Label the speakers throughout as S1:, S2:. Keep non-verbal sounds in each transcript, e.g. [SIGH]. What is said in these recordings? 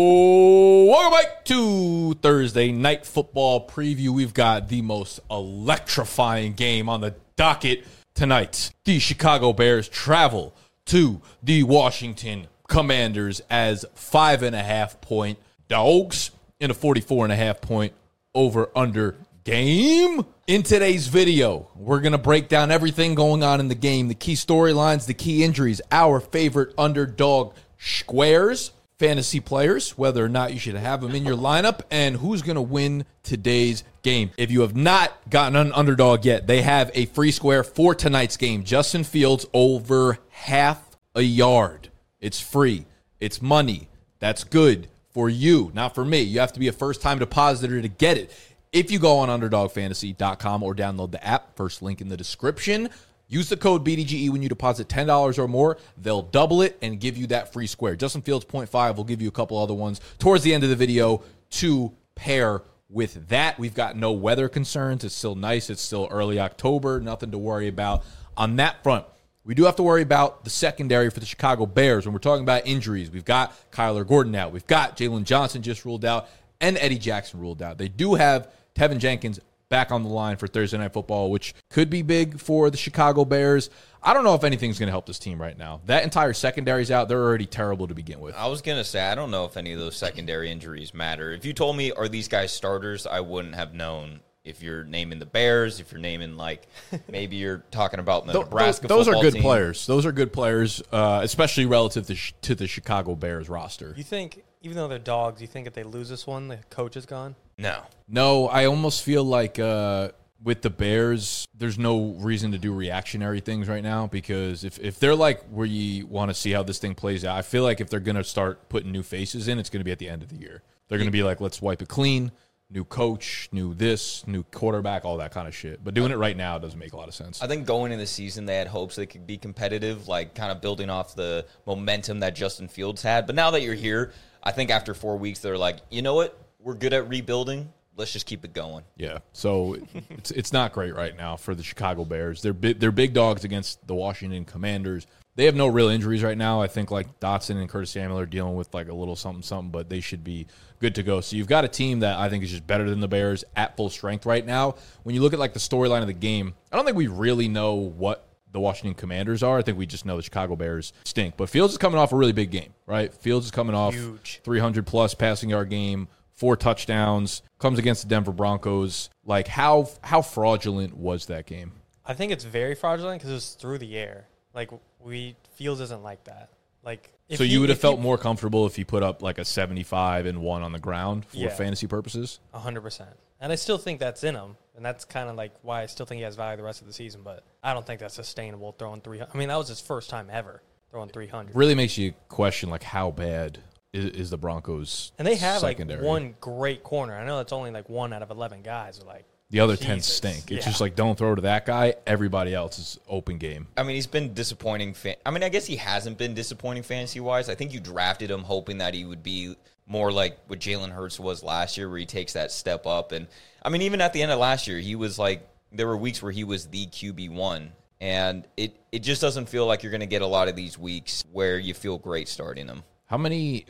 S1: Welcome back to Thursday Night Football Preview. We've got the most electrifying game on the docket tonight. The Chicago Bears travel to the Washington Commanders as five and a half point dogs in a 44 and a half point over under game. In today's video, we're going to break down everything going on in the game the key storylines, the key injuries, our favorite underdog squares, fantasy players, whether or not you should have them in your lineup, and who's going to win today's game. If you have not gotten an underdog yet, they have a free square for tonight's game. Justin Fields over half a yard. It's free, it's money. That's good for you, not for me. You have to be a first time depositor to get it. If you go on underdogfantasy.com or download the app, first link in the description, use the code BDGE E when you deposit $10 or more. They'll double it and give you that free square. Justin Fields 0.5 will give you a couple other ones towards the end of the video to pair with that. We've got no weather concerns. It's still nice. It's still early October. Nothing to worry about on that front. We do have to worry about the secondary for the Chicago Bears when we're talking about injuries. We've got Kyler Gordon out. We've got Jalen Johnson just ruled out and Eddie Jackson ruled out. They do have Tevin Jenkins back on the line for Thursday Night Football, which could be big for the Chicago Bears. I don't know if anything's going to help this team right now. That entire secondary's out. They're already terrible to begin with.
S2: I was gonna say I don't know if any of those secondary injuries matter. If you told me are these guys starters, I wouldn't have known. If you're naming the Bears, if you're naming like
S1: [LAUGHS]
S2: maybe you're talking about the
S1: Th-
S2: Nebraska,
S1: those, those are
S2: football
S1: good
S2: team.
S1: players. Those are good players, uh, especially relative to, sh- to the Chicago Bears roster.
S3: You think, even though they're dogs, you think if they lose this one, the coach is gone?
S2: No,
S1: No, I almost feel like uh, with the Bears, there's no reason to do reactionary things right now because if, if they're like where you want to see how this thing plays out, I feel like if they're going to start putting new faces in, it's going to be at the end of the year. They're going to be like, let's wipe it clean, new coach, new this, new quarterback, all that kind of shit. But doing it right now doesn't make a lot of sense.
S2: I think going into the season they had hopes they could be competitive, like kind of building off the momentum that Justin Fields had. But now that you're here, I think after four weeks they're like, you know what, we're good at rebuilding. Let's just keep it going.
S1: Yeah, so it's it's not great right now for the Chicago Bears. They're big, they're big dogs against the Washington Commanders. They have no real injuries right now. I think like Dotson and Curtis Samuel are dealing with like a little something something, but they should be good to go. So you've got a team that I think is just better than the Bears at full strength right now. When you look at like the storyline of the game, I don't think we really know what the Washington Commanders are. I think we just know the Chicago Bears stink. But Fields is coming off a really big game, right? Fields is coming off
S3: Huge.
S1: 300 plus passing yard game, four touchdowns, comes against the Denver Broncos. Like how how fraudulent was that game?
S3: I think it's very fraudulent because it's through the air. Like, we, Fields isn't like that. Like, if
S1: so
S3: he-
S1: you would have
S3: if he-
S1: felt more comfortable if you put up like a 75 and 1 on the ground for
S3: Yeah.
S1: fantasy purposes.
S3: 100%. And I still think that's in him. And that's kind of like why I still think he has value the rest of the season. But I don't think that's sustainable throwing 300. I mean, that was his first time ever throwing 300.
S1: Really makes you question like how bad is, is the Broncos
S3: And they have
S1: secondary?
S3: like one great corner. I know that's only like one out of 11 guys. Like,
S1: the other 10
S3: Jesus.
S1: stink. It's
S3: Yeah.
S1: just like don't throw to that guy, everybody else is open game.
S2: I mean, he's been disappointing. Fan- I mean, I guess he hasn't been disappointing fantasy wise. I think you drafted him hoping that he would be more like what Jalen Hurts was last year, where he takes that step up. And I mean, even at the end of last year, he was like, there were weeks where he was the QB one, and it it just doesn't feel like you're going to get a lot of these weeks where you feel great starting him.
S1: How many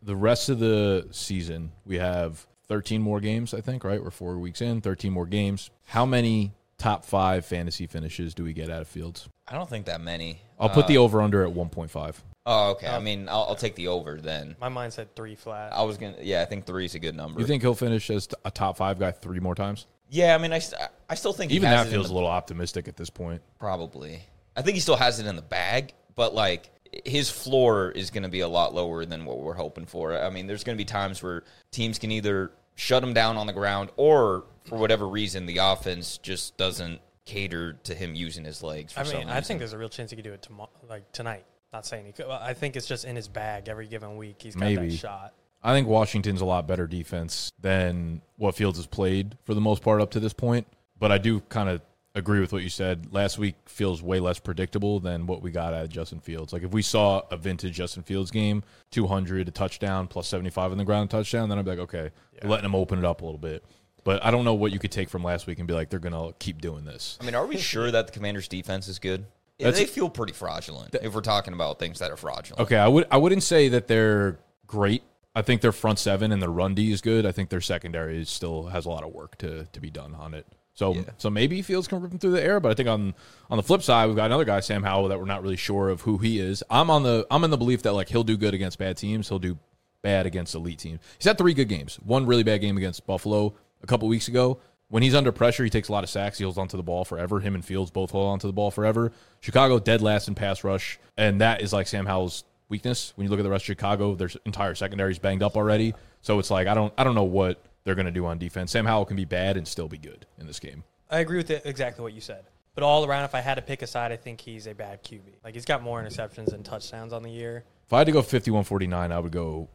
S1: the rest of the season we have 13 more games, I think, right? We're 4 weeks in, 13 more games. How many top 5 fantasy finishes do we get out of Fields?
S2: I don't think that many.
S1: I'll put the over under at 1.5.
S2: Oh, okay. I mean, I'll, I'll take the over then.
S3: my mind said three flat.
S2: I was gonna, yeah, I think three is a good number.
S1: You think he'll finish as a top 5 guy 3 more times?
S2: yeah, I mean, I, st- I still think he
S1: Even
S2: has
S1: that
S2: it in the
S1: feels a little optimistic at this point.
S2: Probably. I think he still has it in the bag, but like his floor is going to be a lot lower than what we're hoping for. I mean, there's going to be times where teams can either shut him down on the ground or for whatever reason the offense just doesn't cater to him using his legs for
S3: I
S2: some
S3: mean,
S2: reason.
S3: I think there's a real chance he could do it tomorrow, like tonight. Not saying he could. well, I think it's just in his bag every given week. He's got
S1: Maybe.
S3: that shot.
S1: I think Washington's a lot better defense than what Fields has played for the most part up to this point. But I do kind of agree with what you said. Last week feels way less predictable than what we got out of Justin Fields. Like if we saw a vintage Justin Fields game, 200, a touchdown, plus 75 on the ground, touchdown, then I'd be like, okay, letting them open it up a little bit. But I don't know what you could take from last week and be like, they're going to keep doing this.
S2: I mean, are
S3: [LAUGHS]
S2: we sure that the Commanders defense is good?
S1: That's-
S2: they feel pretty fraudulent if we're talking about things that are fraudulent.
S1: Okay, I would I wouldn't say that they're great. I think their front seven and their run D is good. I think their secondary is still has a lot of work to to be done on it. So so maybe Fields can rip them through the air, but I think on on the flip side, we've got another guy, Sam Howell, that we're not really sure of who he is. I'm on the I'm in the belief that like he'll do good against bad teams. He'll do bad against elite teams. He's had three good games. One really bad game against Buffalo a couple weeks ago. When he's under pressure, he takes a lot of sacks. He holds onto the ball forever. Him and Fields both hold onto the ball forever. Chicago dead last in pass rush, and that is like Sam Howell's weakness. When you look at the rest of Chicago, their entire secondary is banged up already. So it's like I don't I don't know what they're going to do on defense. Sam Howell can be bad and still be good in this game.
S3: I agree with it, exactly what you said. But all around, if I had to pick a side, I think he's a bad QB. Like he's got more interceptions than touchdowns on the year.
S1: If I had to go 51-49, I would go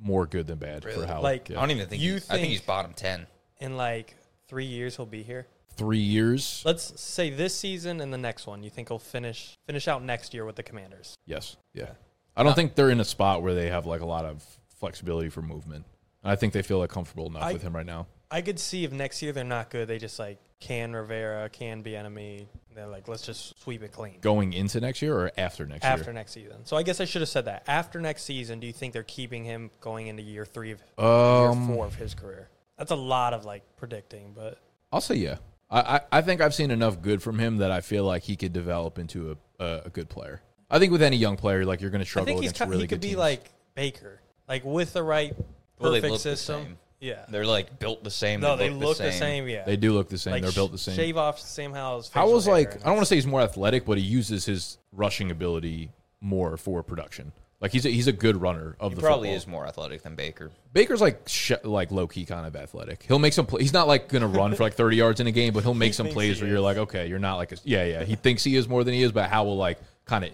S1: more good than bad for Howell.
S3: Like,
S2: I don't even think,
S3: You
S2: he's, I think
S3: think-
S2: he's bottom 10.
S3: In like three years, he'll be here.
S1: three years.
S3: Let's say this season and the next one. You think he'll finish finish out next year with the Commanders?
S1: Yes. Yeah. I
S3: Uh,
S1: don't think they're in a spot where they have like a lot of flexibility for movement. I think they feel like comfortable enough
S3: I-
S1: with him right now.
S3: I could see if next year they're not good, they just like can Rivera, can be enemy. They're like, let's just sweep it clean.
S1: Going into next year or after next
S3: after
S1: year?
S3: next season. So I guess I should have said that. After next season, do you think they're keeping him going into year three of
S1: Um,
S3: year four of his career? That's a lot of like predicting, but
S1: I'll say yeah. I, I, I think I've seen enough good from him that I feel like he could develop into a, a, a good player. I think with any young player, like you're going to
S3: I
S1: struggle
S3: think he's
S1: against
S3: kind,
S1: really
S3: he could
S1: good
S3: be
S1: teams.
S3: like Baker, like with the right
S2: Well, they
S3: perfect
S2: look the
S3: system.
S2: same.
S3: yeah,
S2: They're like built the same.
S3: no, they look the same. yeah,
S1: they do look the same. they're built the
S3: sh-
S1: same.
S3: Shave off Sam Howell's.
S1: I
S3: facial
S1: was
S3: hair
S1: like,
S3: and
S1: I don't want to say he's more athletic, but he uses his rushing ability more for production. Like he's a, he's a good runner of
S2: He
S1: the
S2: probably
S1: football.
S2: is more athletic than Baker.
S1: Baker's like sh- like low key kind of athletic. He'll make some. Play- he's not like gonna run for like thirty yards in a game, but he'll make some
S3: thinks
S1: plays
S3: he
S1: where you're like, okay, you're not like a yeah yeah. He thinks he is more than he is, but Howell like kind of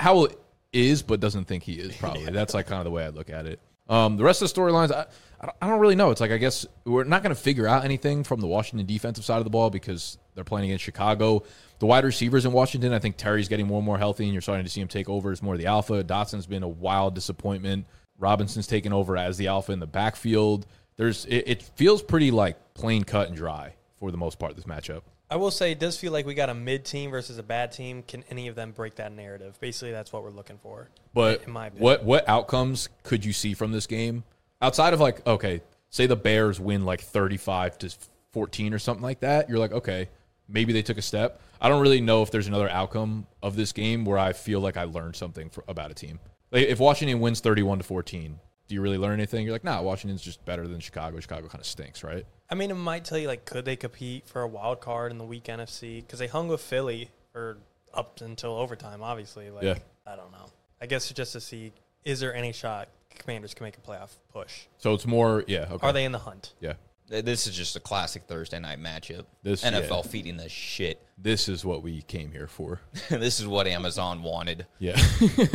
S1: Howell is, but doesn't think he is. Probably that's like kind of the way I look at it. Um, the rest of the storylines, I, I don't- I don't really know. It's like I guess we're not gonna figure out anything from the Washington defensive side of the ball because they're playing against Chicago. The wide receivers in Washington, I think Terry's getting more and more healthy, and you're starting to see him take over as more of the alpha. Dotson's been a wild disappointment. Robinson's taken over as the alpha in the backfield. There's it, it feels pretty like plain cut and dry for the most part this matchup.
S3: I will say it does feel like we got a mid team versus a bad team. Can any of them break that narrative? Basically, that's what we're looking for.
S1: But
S3: in my opinion.
S1: what what outcomes could you see from this game outside of like okay, say the Bears win like 35 to 14 or something like that, you're like okay, maybe they took a step. I don't really know if there's another outcome of this game where I feel like I learned something for, about a team. Like if Washington wins 31 to 14, do you really learn anything? You're like, "Nah, Washington's just better than Chicago. Chicago kind of stinks, right?"
S3: I mean, it might tell you like could they compete for a wild card in the week NFC because they hung with Philly for up until overtime. Obviously, like
S1: Yeah.
S3: I don't know. I guess just to see is there any shot Commanders can make a playoff push?
S1: So it's more yeah, okay.
S3: Are they in the hunt?
S1: yeah.
S2: Th- This is just a classic Thursday night matchup.
S1: This-
S2: NFL
S1: yeah.
S2: feeding the shit. [LAUGHS]
S1: This is what we came here for.
S2: this is what Amazon wanted.
S1: Yeah.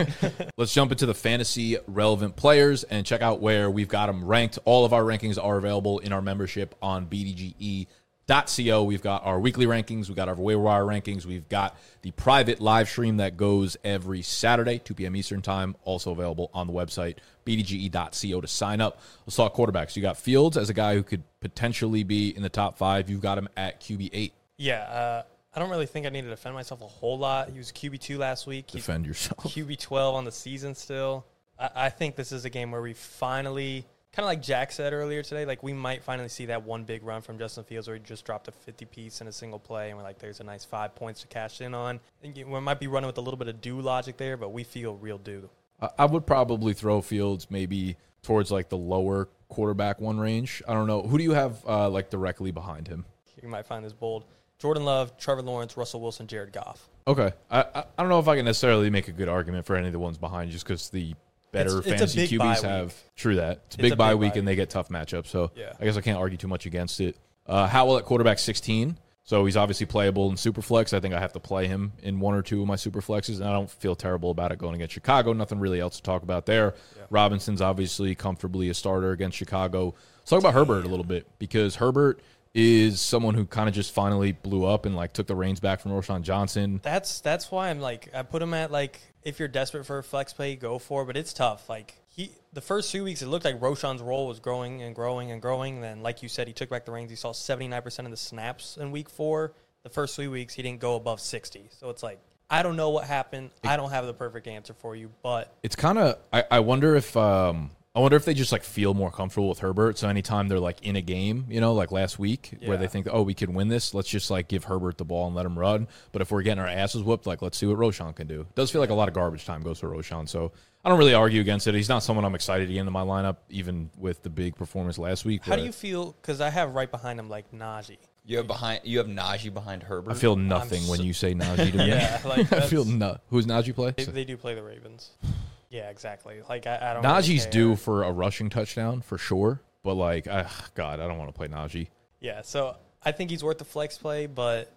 S1: [LAUGHS] Let's jump into the fantasy relevant players and check out where we've got them ranked. All of our rankings are available in our membership on E bdge.co. We've got our weekly rankings, we've got our waiver wire rankings, we've got the private live stream that goes every Saturday, 2 p.m. Eastern Time, also available on the website, E bdge.co to sign up. Let's talk quarterbacks. You got Fields as a guy who could potentially be in the top five. You've got him at QB8.
S3: Yeah, uh, I don't really think I need to defend myself a whole lot. He was QB two last week. He's
S1: Defend yourself.
S3: QB twelve on the season still. I, I think this is a game where we finally, kind of like Jack said earlier today, like we might finally see that one big run from Justin Fields where he just dropped a fifty piece in a single play, and we're like, there's a nice five points to cash in on. And you- we might be running with a little bit of do logic there, but we feel real do.
S1: I- I would probably throw Fields maybe towards like the lower quarterback one range. I don't know. Who do you have uh, like directly behind him?
S3: You might find this bold. Jordan Love, Trevor Lawrence, Russell Wilson, Jared Goff.
S1: Okay. I, I, I don't know if I can necessarily make a good argument for any of the ones behind just because the better
S3: It's- it's a
S1: fantasy
S3: big bye
S1: QBs
S3: week.
S1: have. True that. It's a
S3: a
S1: big
S3: big
S1: bye
S3: bye
S1: week
S3: week.
S1: and they get tough matchups. So
S3: Yeah.
S1: I guess I can't argue too much against it. Uh, Howell at quarterback 16. So he's obviously playable in Superflex. I think I have to play him in one or two of my Superflexes, and I don't feel terrible about it going against Chicago. Nothing really else to talk about there. Robinson's obviously comfortably a starter against Chicago. Let's talk about Herbert a little bit because Herbert is someone who kind of just finally blew up and like took the reins back from Roshan Johnson.
S3: That's that's why I'm like I put him at like if you're desperate for a flex play, go for it. But it's tough. Like he the first two weeks, it looked like Roshan's role was growing and growing and growing. And then, like you said, he took back the reins. He saw 79 percent of the snaps in week four. The first three weeks, he didn't go above 60. So it's like I don't know what happened. I don't have the perfect answer for you, but
S1: it's kind of I, I wonder if um I wonder if they just like feel more comfortable with Herbert. So anytime they're like in a game, you know, like last week, where they
S3: Yeah.
S1: think, oh, we can win this, let's just like give Herbert the ball and let him run. But if we're getting our asses whooped, like let's see what Roshan can do. does feel like a lot of garbage time goes to Roshan. So I don't really argue against it. He's not someone I'm excited to get into my lineup, even with the big performance last week.
S3: How do
S1: but
S3: you feel? Because I have right behind him like Najee.
S2: You have behind you have Najee behind Herbert.
S1: I feel nothing when
S3: so-
S1: you say
S3: [LAUGHS]
S1: Najee to me.
S3: Yeah,
S1: [LAUGHS] [LAUGHS]
S3: like
S1: I feel
S3: that's-
S1: no. Who's Najee play?
S3: They, they do play the Ravens. Yeah, exactly. Like I, I don't. really
S1: Najee's
S3: care.
S1: due for a rushing touchdown for sure, but like, ah, God, I don't want to play Najee.
S3: Yeah, so I think he's worth the flex play, but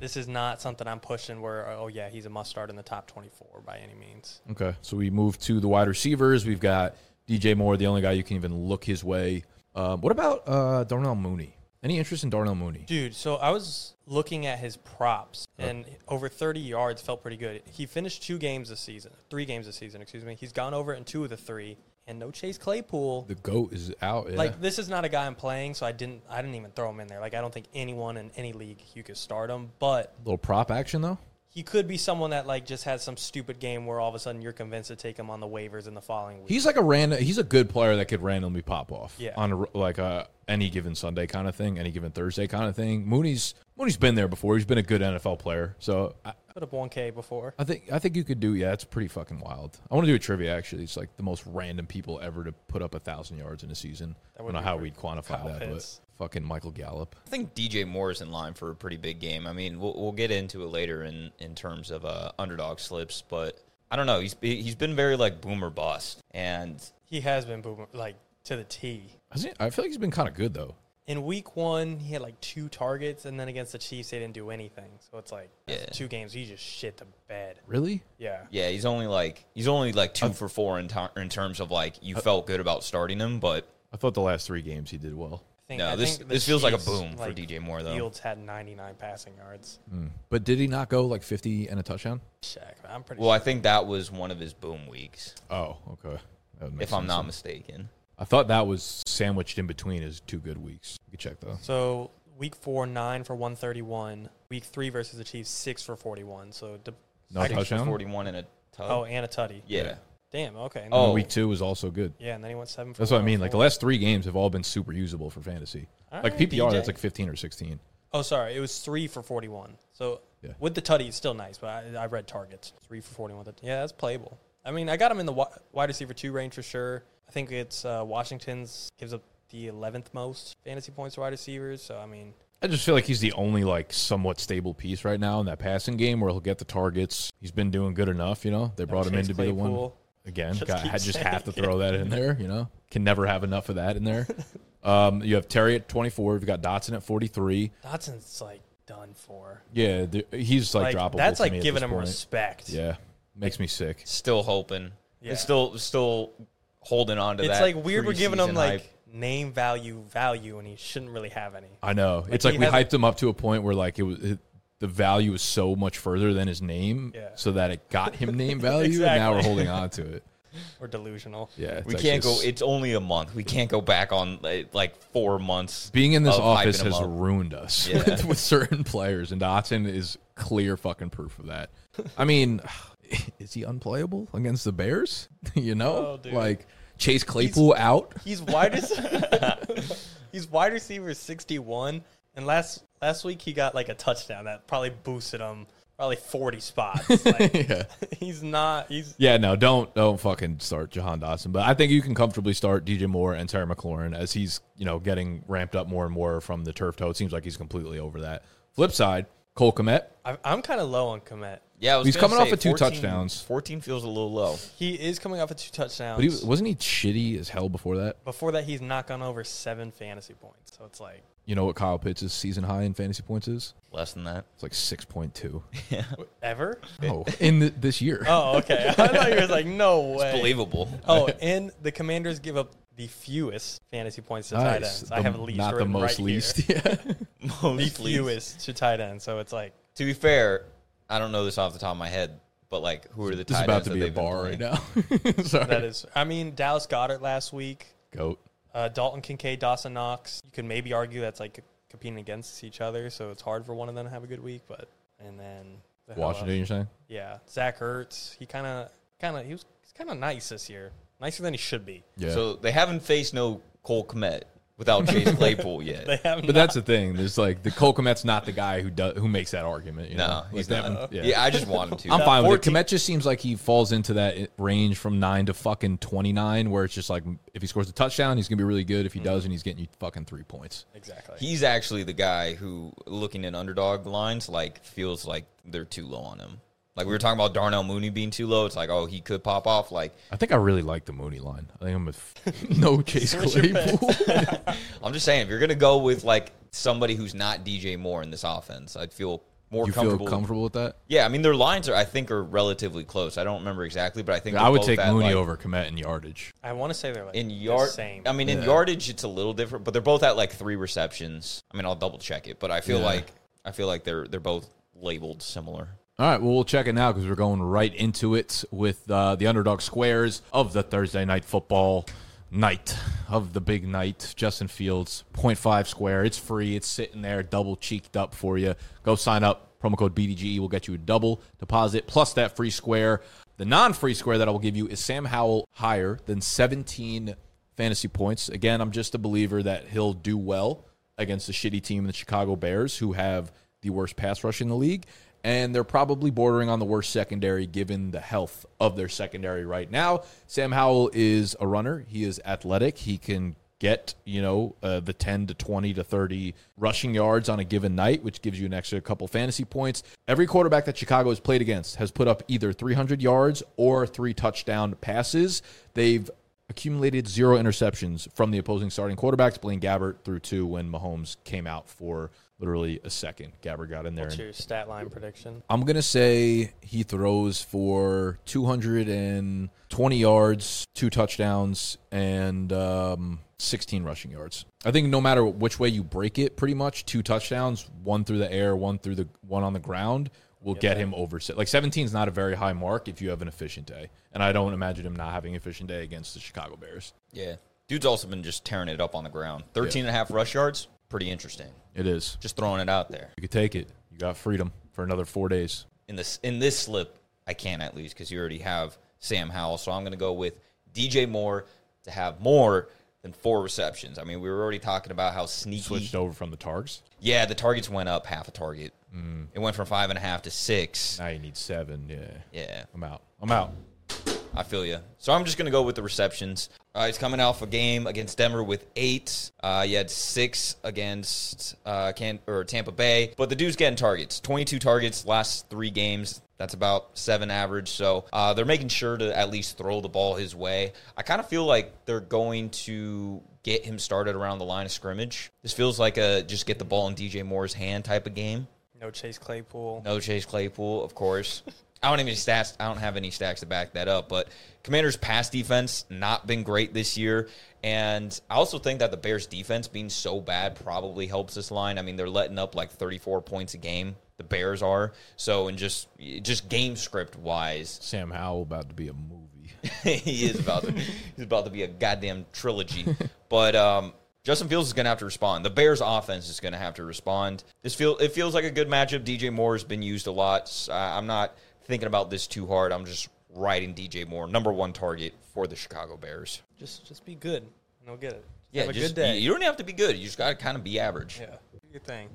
S3: this is not something I'm pushing. Where oh yeah, he's a must start in the top 24 by any means.
S1: Okay, so we move to the wide receivers. We've got DJ Moore, the only guy you can even look his way. Um, what about uh, Darnell Mooney? Any interest in Darnell Mooney?
S3: Dude, so I was looking at his props, and over 30 yards felt pretty good. He finished two games this season, three games this season, excuse me. He's gone over it in two of the three, and no Chase Claypool.
S1: The goat is out. Yeah.
S3: Like this is not a guy I'm playing, so I didn't. I didn't even throw him in there. Like I don't think anyone in any league you could start him, but
S1: little prop action though.
S3: he could be someone that like just has some stupid game where all of a sudden you're convinced to take him on the waivers in the following week.
S1: He's like a random. He's a good player that could randomly pop off.
S3: Yeah.
S1: On a, like a any given Sunday kind of thing, any given Thursday kind of thing. Mooney's Mooney's been there before. He's been a good NFL player. So I,
S3: Put up 1K before.
S1: I think I think you could do. Yeah, it's pretty fucking wild. I want to do a trivia. Actually, it's like the most random people ever to put up a thousand yards in a season. I don't
S3: would
S1: know
S3: be
S1: how
S3: pretty-
S1: we'd quantify
S3: Kyle
S1: that,
S3: Pitts.
S1: but fucking Michael Gallup.
S2: I think DJ Moore is in line for a pretty big game. I mean, we'll, we'll get into it later in, in terms of uh, underdog slips, but I don't know. He's he's been very like boomer bust, and
S3: He has been booming like to the T.
S1: Has he- I feel like he's been kind of good though.
S3: In week one, he had like two targets, and then against the Chiefs, they didn't do anything. So it's like that's
S2: Yeah.
S3: two games, he just shit the bed.
S1: Really?
S3: Yeah.
S2: yeah, he's only like he's only like
S1: Uh,
S2: two for four in, ter- in terms of like you felt good about starting him, but
S1: I thought the last three games he did well.
S3: I think,
S2: No,
S3: I
S2: this-
S3: think
S2: this feels like a boom for DJ Moore, though.
S3: Fields had 99 passing yards.
S1: But did he not go like fifty and a touchdown?
S3: Check. I'm pretty
S2: well,
S3: sure.
S2: I think that was one of his boom weeks,
S1: Oh, okay. That would make
S2: if I'm
S1: sense.
S2: not mistaken.
S1: I thought that was sandwiched in between his two good weeks. You could check though.
S3: So week four, nine for 131. Week three versus the Chiefs, six for 41. So de-
S1: No
S3: I-
S2: Six for
S1: touchdown.
S2: forty-one and a tub.
S3: oh, and a tutty.
S2: yeah.
S3: Damn. Okay. And
S2: Oh.
S1: And Week two was also good.
S3: Yeah, and then he went seven. For
S1: That's what I mean. Like the
S3: 104.
S1: last three games have all been super usable for fantasy.
S3: All
S1: like
S3: right,
S1: PPR,
S3: DJ.
S1: that's like fifteen or sixteen.
S3: Oh, sorry. It was three for 41. So
S1: Yeah.
S3: with the tutty, it's still nice, but I, I read targets. Three for 41. That- Yeah, that's playable. I mean, I got him in the wi- wide receiver two range for sure. I think it's uh, Washington's gives up the 11th most fantasy points to wide receivers. So, I mean,
S1: I just feel like he's the only like somewhat stable piece right now in that passing game where he'll get the targets. He's been doing good enough, you know. They brought him in
S3: Chase
S1: to be the one
S3: Claypool.
S1: again.
S3: Just
S1: God,
S3: keep
S1: I just
S3: saying
S1: have to
S3: it.
S1: throw that in there, you know. Can never have enough of that in
S3: [LAUGHS]
S1: there. um, you have Terry at twenty four. You've got Dotson at forty three.
S3: Dotson's like done for.
S1: Yeah, th- he's like,
S3: Like,
S1: droppable.
S3: that's
S1: to
S3: like
S1: me at
S3: giving
S1: this
S3: him
S1: point.
S3: respect.
S1: Yeah, makes me sick.
S2: Still hoping.
S3: Yeah.
S2: It's still still holding on to
S3: It's
S2: that.
S3: like weird. We're giving
S2: preseason
S3: him like
S2: hype.
S3: name value value, and he shouldn't really have any.
S1: I know. it's like
S3: he
S1: we
S3: hasn't-
S1: hyped him up to a point where like it was it, the value is so much further than his name,
S3: Yeah.
S1: so that it got him
S3: [LAUGHS]
S1: name value, and now
S3: Exactly.
S1: we're holding on to it.
S3: We're delusional.
S1: Yeah, it's
S2: We
S1: like
S2: can't
S1: this-
S2: go. It's only a month. We can't go back on like, like four months.
S1: being in this
S2: of hyping
S1: office
S2: him
S1: has
S2: up.
S1: ruined us
S2: Yeah.
S1: [LAUGHS] with, with certain players, and Dotson is clear fucking proof of that. I mean, [SIGHS] is he unplayable against the Bears? [LAUGHS] you know,
S3: Oh, dude.
S1: like Chase Claypool out. [LAUGHS]
S3: He's wide. rec- [LAUGHS] he's wide receiver sixty one, and last last week he got like a touchdown that probably boosted him probably
S1: [LAUGHS]
S3: forty spots. Like,
S1: yeah.
S3: he's not. He's
S1: Yeah, no, don't don't fucking start Jahan Dotson. But I think you can comfortably start DJ Moore and Terry McLaurin as he's you know getting ramped up more and more from the turf toe. It seems like he's completely over that. Flip side, Cole Komet.
S3: I, I'm kind of low on Komet.
S2: Yeah, I was
S1: He's
S2: gonna
S1: coming off
S2: say
S1: of two
S2: 14
S1: touchdowns.
S2: Fourteen feels a little low.
S3: He is coming off of two touchdowns.
S1: But he was, wasn't he shitty as hell before that?
S3: Before that, he's not gone over seven fantasy points. So it's like
S1: You know what Kyle Pitts' season high in fantasy points is?
S2: Less than that.
S1: It's like six point two.
S3: ever.
S1: Oh, [LAUGHS] in the, this year.
S3: Oh, okay. [LAUGHS] I thought you were like, no way.
S2: Believable.
S1: [LAUGHS]
S3: Oh, and the Commanders give up the fewest fantasy points to tight ends. I
S1: The-
S3: have least.
S1: not the
S3: written
S1: most
S3: right here.
S1: least. [LAUGHS] Yeah.
S3: [LAUGHS] The
S2: [LAUGHS] Most leagues.
S3: fewest to tight end. So it's like.
S2: To be fair, I don't know this off the top of my head, but like, who are the
S1: this is
S2: tight
S1: about
S2: ends
S1: to
S2: that
S1: be a
S2: they've been
S1: bar right
S2: playing?
S1: now. [LAUGHS] Sorry,
S3: That is, I mean, Dallas Goddard last week, [LAUGHS]
S1: goat.
S3: uh, Dalton Kincaid, Dawson Knox. You can maybe argue that's like competing against each other, so it's hard for one of them to have a good week. But and then the hell
S1: Washington,
S3: else?
S1: you're saying?
S3: yeah, Zach Ertz. He kind of, kind of, he was, he's kind of nice this year. nicer than he should be. [LAUGHS]
S1: Yeah.
S2: So they haven't faced no Cole Kmet without Chase
S3: [LAUGHS]
S2: Claypool yet.
S3: They have
S1: but that's the thing. There's like the Cole Kmet's not the guy who does who makes that argument. You know?
S3: [LAUGHS]
S2: no,
S1: Like,
S2: he's
S1: that
S3: Uh,
S2: not.
S1: one-
S2: Yeah. I just want him to.
S1: I'm fine with it.
S3: 14.
S1: Komet just seems like he falls into that i- range from nine to fucking 29, where it's just like if he scores a touchdown, he's going to be really good. If he doesn't, he's getting you fucking three points.
S3: exactly.
S2: He's actually the guy who, looking at underdog lines, like feels like they're too low on him. Like we were talking about Darnell Mooney being too low. It's like, oh, he could pop off. Like
S1: I think I really like the Mooney line. I think I'm with [LAUGHS] no Chase Claypool.
S2: I'm just saying, if you're gonna go with like somebody who's not DJ Moore in this offense, I'd feel
S1: [LAUGHS]
S2: more
S1: you feel
S2: comfortable.
S1: comfortable with that?
S2: yeah, I mean their lines are, I think, are relatively close. I don't remember exactly, but I think
S1: I
S2: they're
S1: would
S2: both
S1: take
S2: at,
S1: Mooney
S2: like,
S1: over Komet in yardage.
S3: I want to say they're like
S2: in
S3: the
S2: yard.
S3: same.
S2: I mean, in yardage, it's a little different, but they're both at like three receptions. I mean, I'll double check it, but I feel
S1: Yeah.
S2: like I feel like they're they're both labeled similar.
S1: All right, well, we'll check it now because we're going right into it with uh, the underdog squares of the Thursday night football night of the big night. Justin Fields, 0.5 square. It's free. It's sitting there, double cheeked up for you. Go sign up. Promo code BDGE E will get you a double deposit plus that free square. The non free square that I will give you is Sam Howell higher than 17 fantasy points. Again, I'm just a believer that he'll do well against the shitty team, the Chicago Bears, who have the worst pass rush in the league, and they're probably bordering on the worst secondary given the health of their secondary right now. Sam Howell is a runner. He is athletic. He can get you know uh, the 10 to 20 to 30 rushing yards on a given night which gives you an extra couple fantasy points every quarterback that chicago has played against has put up either 300 yards or three touchdown passes they've accumulated zero interceptions from the opposing starting quarterbacks. Blaine Gabbert threw two when Mahomes came out for literally a second. Gabbert got in there.
S3: What's
S1: And
S3: your stat line prediction?
S1: I'm going to say he throws for 220 yards, two touchdowns, and um, 16 rushing yards. I think no matter which way you break it, pretty much two touchdowns, one through the air, one through the one on the ground. Will get him over se- like 17 is not a very high mark if you have an efficient day, and I don't imagine him not having an efficient day against the Chicago Bears.
S2: Yeah. Dude's also been just tearing it up on the ground. 13 and a half rush yards, pretty interesting.
S1: It is.
S2: Just throwing it out there.
S1: You could take it. You got freedom for another four days.
S2: In this in this slip, I can at least because you already have Sam Howell. So I'm going to go with DJ Moore to have more than four receptions. I mean, we were already talking about how sneaky.
S1: Switched over from the Targs.
S2: Yeah, the targets went up half a target. It went from five and a half to six.
S1: Now you need seven. Yeah.
S2: Yeah.
S1: I'm out. I'm out.
S2: I feel you. So I'm just going to go with the receptions. Uh, he's coming off a game against Denver with eight. Uh, he had six against uh, Can- or Tampa Bay. But the dude's getting targets 22 targets last three games. That's about seven average. So uh, they're making sure to at least throw the ball his way. I kind of feel like they're going to get him started around the line of scrimmage. This feels like a just get the ball in DJ Moore's hand type of game.
S3: No Chase Claypool.
S2: No Chase Claypool, of course. I don't even stats. I don't have any stats to back that up. But Commanders' pass defense not been great this year, and I also think that the Bears' defense being so bad probably helps this line. I mean, they're letting up like 34 points a game. The Bears are so, and just just game script wise,
S1: Sam Howell about to be a movie.
S2: [LAUGHS] he is about to, he's about to be a goddamn trilogy. But um, Justin Fields is going to have to respond. The Bears' offense is going to have to respond. This feel it feels like a good matchup. DJ Moore has been used a lot. So I- I'm not thinking about this too hard. I'm just riding DJ Moore, number one target for the Chicago Bears.
S3: Just just be good. And they'll get it. Just
S2: Yeah,
S3: have a
S2: just-
S3: good day.
S2: You, you don't have to be good. You just got to kind of be average.
S3: yeah. Do your thing.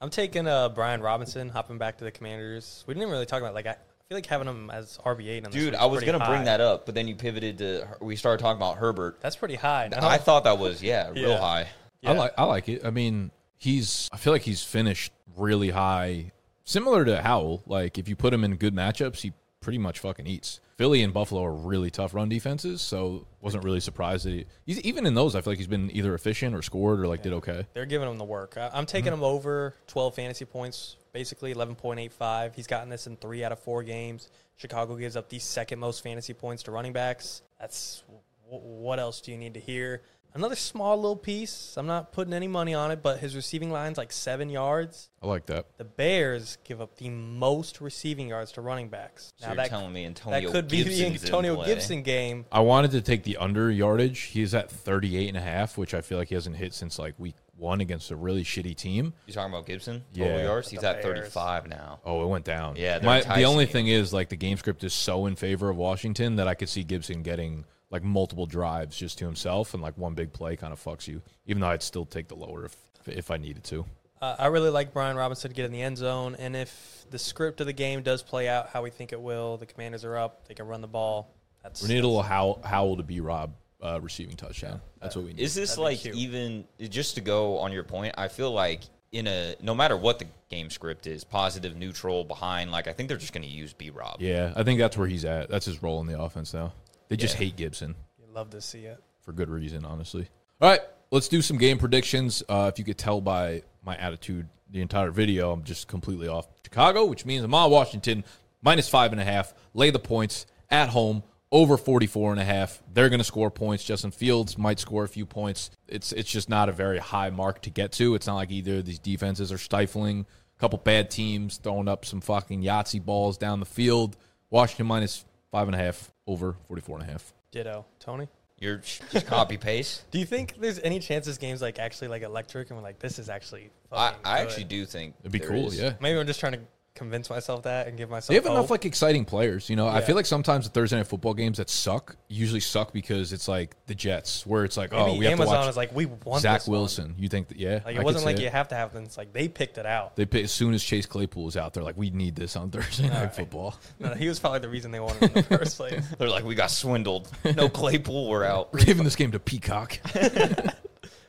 S3: I'm taking uh, Brian Robinson, hopping back to the Commanders. We didn't even really talk about like I I feel like having him as RB eight.
S2: Dude, I was going to bring that up, but then you pivoted to we started talking about Herbert.
S3: That's pretty high. no?
S2: I thought that was yeah, real
S3: Uh-huh. Yeah.
S2: high.
S1: I
S3: Yeah.
S1: like I like it. I mean, he's I feel like he's finished really high. Similar to Howell, like if you put him in good matchups, he pretty much fucking eats. Philly and Buffalo are really tough run defenses, so wasn't really surprised that he, he's even in those. I feel like he's been either efficient or scored or like did okay.
S3: They're giving him the work. I, I'm taking him
S2: Mm-hmm.
S3: over 12 fantasy points, basically 11.85. He's gotten this in three out of four games. Chicago gives up the second most fantasy points to running backs. That's wh- what else do you need to hear? Another small little piece. I'm not putting any money on it, but his receiving line's like seven yards.
S1: I like that.
S3: The Bears give up the most receiving yards to running backs.
S2: So you're telling me
S3: that
S2: Antonio
S3: could be
S2: Gibson's
S3: the
S2: in
S3: Antonio
S2: play.
S3: Gibson game.
S1: I wanted to take the under yardage. He's at 38 and a half, which I feel like he hasn't hit since like week one against a really shitty team.
S2: You talking about Gibson?
S1: Yeah.
S2: Total yards? He's
S3: The
S2: at
S3: Bears.
S2: 35 now.
S1: Oh, it went down.
S2: Yeah, they're
S1: My, the only
S2: enticing
S1: thing is like the game script is so in favor of Washington that I could see Gibson getting like multiple drives just to himself, and like one big play kind of fucks you. Even though I'd still take the lower if if I needed to.
S3: Uh, I really like Brian Robinson to get in the end zone, and if the script of the game does play out how we think it will, the Commanders are up. They can run the ball. That's
S1: We need a little Howell, Howell to be Rob uh, receiving touchdown. That's what we need.
S2: Is this
S3: That'd be
S2: like
S3: cute.
S2: even just to go on your point? I feel like in a no matter what the game script is, positive, neutral, behind, like I think they're just going to use B Rob.
S1: yeah, I think that's where he's at. That's his role in the offense now. They just
S2: Yeah.
S1: hate Gibson.
S3: You'd love to see it.
S1: for good reason, honestly. All right, let's do some game predictions. Uh, if you could tell by my attitude, the entire video, I'm just completely off Chicago, which means I'm on Washington minus five and a half. Lay the points at home over 44 and a half. They're going to score points. Justin Fields might score a few points. It's it's just not a very high mark to get to. It's not like either of these defenses are stifling. A couple bad teams throwing up some fucking Yahtzee balls down the field. Washington minus five and a half over 44 and a half.
S3: Ditto, Tony.
S2: You're
S1: [LAUGHS]
S2: just copy paste.
S3: Do you think there's any chance this game's like actually like electric, and we're like, this is actually?
S2: I,
S3: fucking
S2: I
S3: good?
S2: actually do think
S1: It'd be
S2: there
S1: cool,
S2: is-
S1: yeah.
S3: Maybe I'm just trying to convince myself that and give myself.
S1: They have enough
S3: hope.
S1: like exciting players. You know, I
S3: Oh. Yeah.
S1: feel like sometimes the Thursday night football games that suck usually suck because it's like the Jets, where it's like, oh,
S3: Maybe
S1: we have
S3: Amazon
S1: to watch
S3: is like, we want
S1: Zach
S3: this one.
S1: Wilson. You think that? Yeah,
S3: Like
S1: I
S3: it
S1: could
S3: wasn't
S1: see
S3: like
S1: it.
S3: you have to have them. It's like they picked it out.
S1: They pick, as soon as Chase Claypool is out, they're like, we need this on [LAUGHS] Thursday night
S3: [LAUGHS]
S1: football.
S3: No, he was probably the reason they wanted him in the first place.
S2: They're like, we
S1: [LAUGHS]
S2: got swindled. No Claypool, we're out.
S1: We're giving this game to Peacock. [LAUGHS]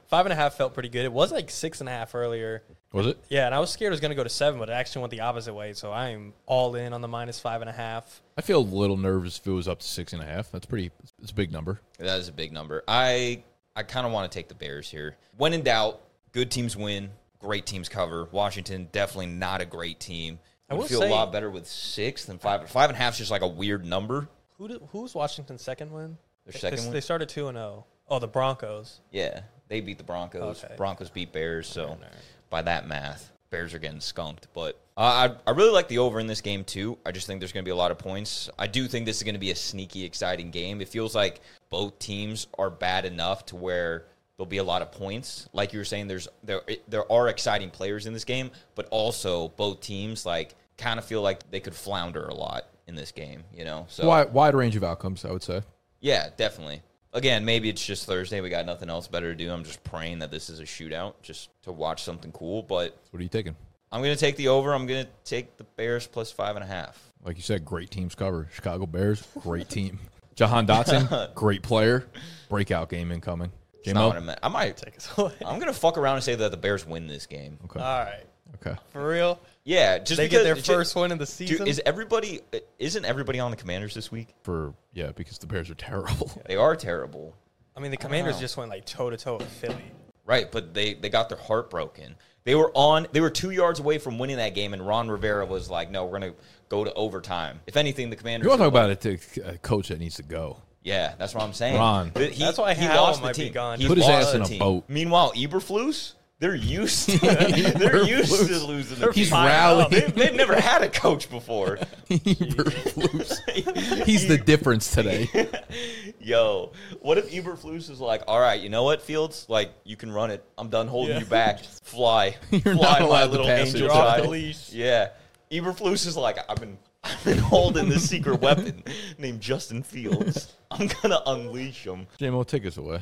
S3: Five and a half felt pretty good. It was like six and a half earlier.
S1: Was it?
S3: Yeah, and I was scared it was going to go to seven, but it actually went the opposite way. So I'm all in on the minus five and a half.
S1: I feel a little nervous if it was up to six and a half. That's pretty. It's a big number.
S2: That is a big number. I I kind of want to take the Bears here. When in doubt, good teams win, great teams cover. Washington definitely not a great team.
S3: I
S2: Would
S3: will
S2: feel
S3: say-
S2: a lot better with six than five. Five and a half is just like a weird number.
S3: Who did, who's Washington's second win?
S2: Their
S3: They-
S2: second
S3: they,
S2: win?
S3: They started two and zero. Oh,
S2: [LAUGHS]
S3: the Broncos.
S2: Yeah, they beat the Broncos.
S3: Okay.
S2: Broncos beat Bears. So
S3: right.
S2: by that math, Bears are getting skunked. But uh, I I really like the over in this game too. I just think there's going to be a lot of points. I do think this is going to be a sneaky, exciting game. It feels like both teams are bad enough to where there'll be a lot of points. Like you were saying, there's there it- there are exciting players in this game, but also both teams like kind of feel like they could flounder a lot in this game. You know, so
S1: Wide, wide range of outcomes, I would say.
S2: yeah, definitely. Again, maybe it's just Thursday. We got nothing else better to do. I'm just praying that this is a shootout just to watch something cool. But
S1: What are you taking?
S2: I'm going to take the over. I'm going to take the Bears plus five and a half.
S1: Like you said, great teams cover. Chicago Bears, great
S3: [LAUGHS]
S1: team. Jahan Dotson, great player. Breakout game incoming.
S2: It's not
S1: J-Mo?
S2: what I meant. I might.
S3: Take us away.
S2: I'm going to fuck around and say that the Bears win this game.
S1: Okay.
S3: All right,
S1: okay.
S3: for real.
S2: Yeah, just
S3: They
S2: because
S3: get their
S2: ju-
S3: first win of the
S2: Dude,
S3: season.
S2: is everybody? Isn't everybody on the Commanders this week?
S1: for yeah because the Bears are terrible.
S2: They are terrible,
S3: I mean, the Commanders
S2: know.
S3: just went like toe to toe with Philly.
S2: right? But they they got their heart broken. They were on. They were two yards away from winning that game, and Ron Rivera was like, "No, we're going to go to overtime." If anything, the
S1: [LAUGHS]
S2: Commanders.
S1: You want to
S2: are
S1: talk about it to a coach that needs to go. [LAUGHS]
S2: Yeah, that's what I'm saying.
S1: Ron.
S2: But he,
S3: That's why
S2: he
S3: Howell
S2: lost the
S3: might be
S2: team.
S3: gone.
S2: He
S1: Put his
S2: lost
S1: ass in
S2: the
S1: a boat.
S2: Meanwhile, Eberflus,
S1: [LAUGHS]
S2: they're used. To, they're used to losing. The
S1: He's
S2: team.
S1: rallying.
S3: oh.
S2: They, they've never had a coach before. [LAUGHS]
S1: Eberflus. He's the difference today.
S2: Yo, what if Eberflus is like, all right, you know what, Fields? Like, you can run it. I'm done holding
S3: Yeah.
S2: you back. Fly,
S1: [LAUGHS] You're
S2: fly,
S1: not allowed
S2: my
S1: to
S2: little
S1: pass
S2: angel
S1: it.
S3: You're off the
S2: child.
S3: leash.
S2: Yeah, Eberflus is like, I've been, I've been [LAUGHS] holding this secret weapon named Justin Fields. I'm gonna unleash him.
S1: JMO, take us away.